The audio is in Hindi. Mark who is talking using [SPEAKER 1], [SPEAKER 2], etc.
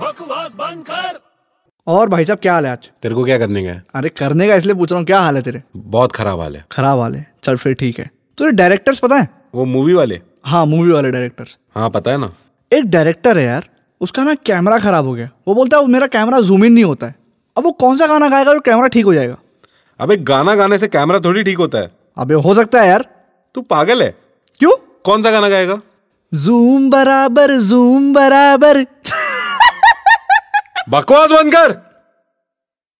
[SPEAKER 1] बकवास बंद कर
[SPEAKER 2] और भाई साहब क्या हाल है आज
[SPEAKER 3] तेरे को क्या करने का है
[SPEAKER 2] अरे करने का इसलिए पूछ रहा हूँ क्या हाल है तेरे
[SPEAKER 3] बहुत खराब हाल है
[SPEAKER 2] खराब हाल है चल फिर ठीक है तो डायरेक्टर्स पता है
[SPEAKER 3] वो मूवी वाले
[SPEAKER 2] हाँ मूवी वाले डायरेक्टर्स
[SPEAKER 3] हाँ पता है ना
[SPEAKER 2] एक डायरेक्टर है यार उसका ना कैमरा खराब हो गया वो बोलता है मेरा कैमरा जूम इन नहीं होता है अब वो कौन सा गाना गाएगा जो कैमरा ठीक हो जाएगा
[SPEAKER 3] अबे गाना गाने से कैमरा थोड़ी ठीक होता है
[SPEAKER 2] अबे हो सकता है यार
[SPEAKER 3] तू पागल है
[SPEAKER 2] क्यों
[SPEAKER 3] कौन सा गाना गाएगा
[SPEAKER 2] जूम बराबर जूम बराबर
[SPEAKER 3] बकवास बंद कर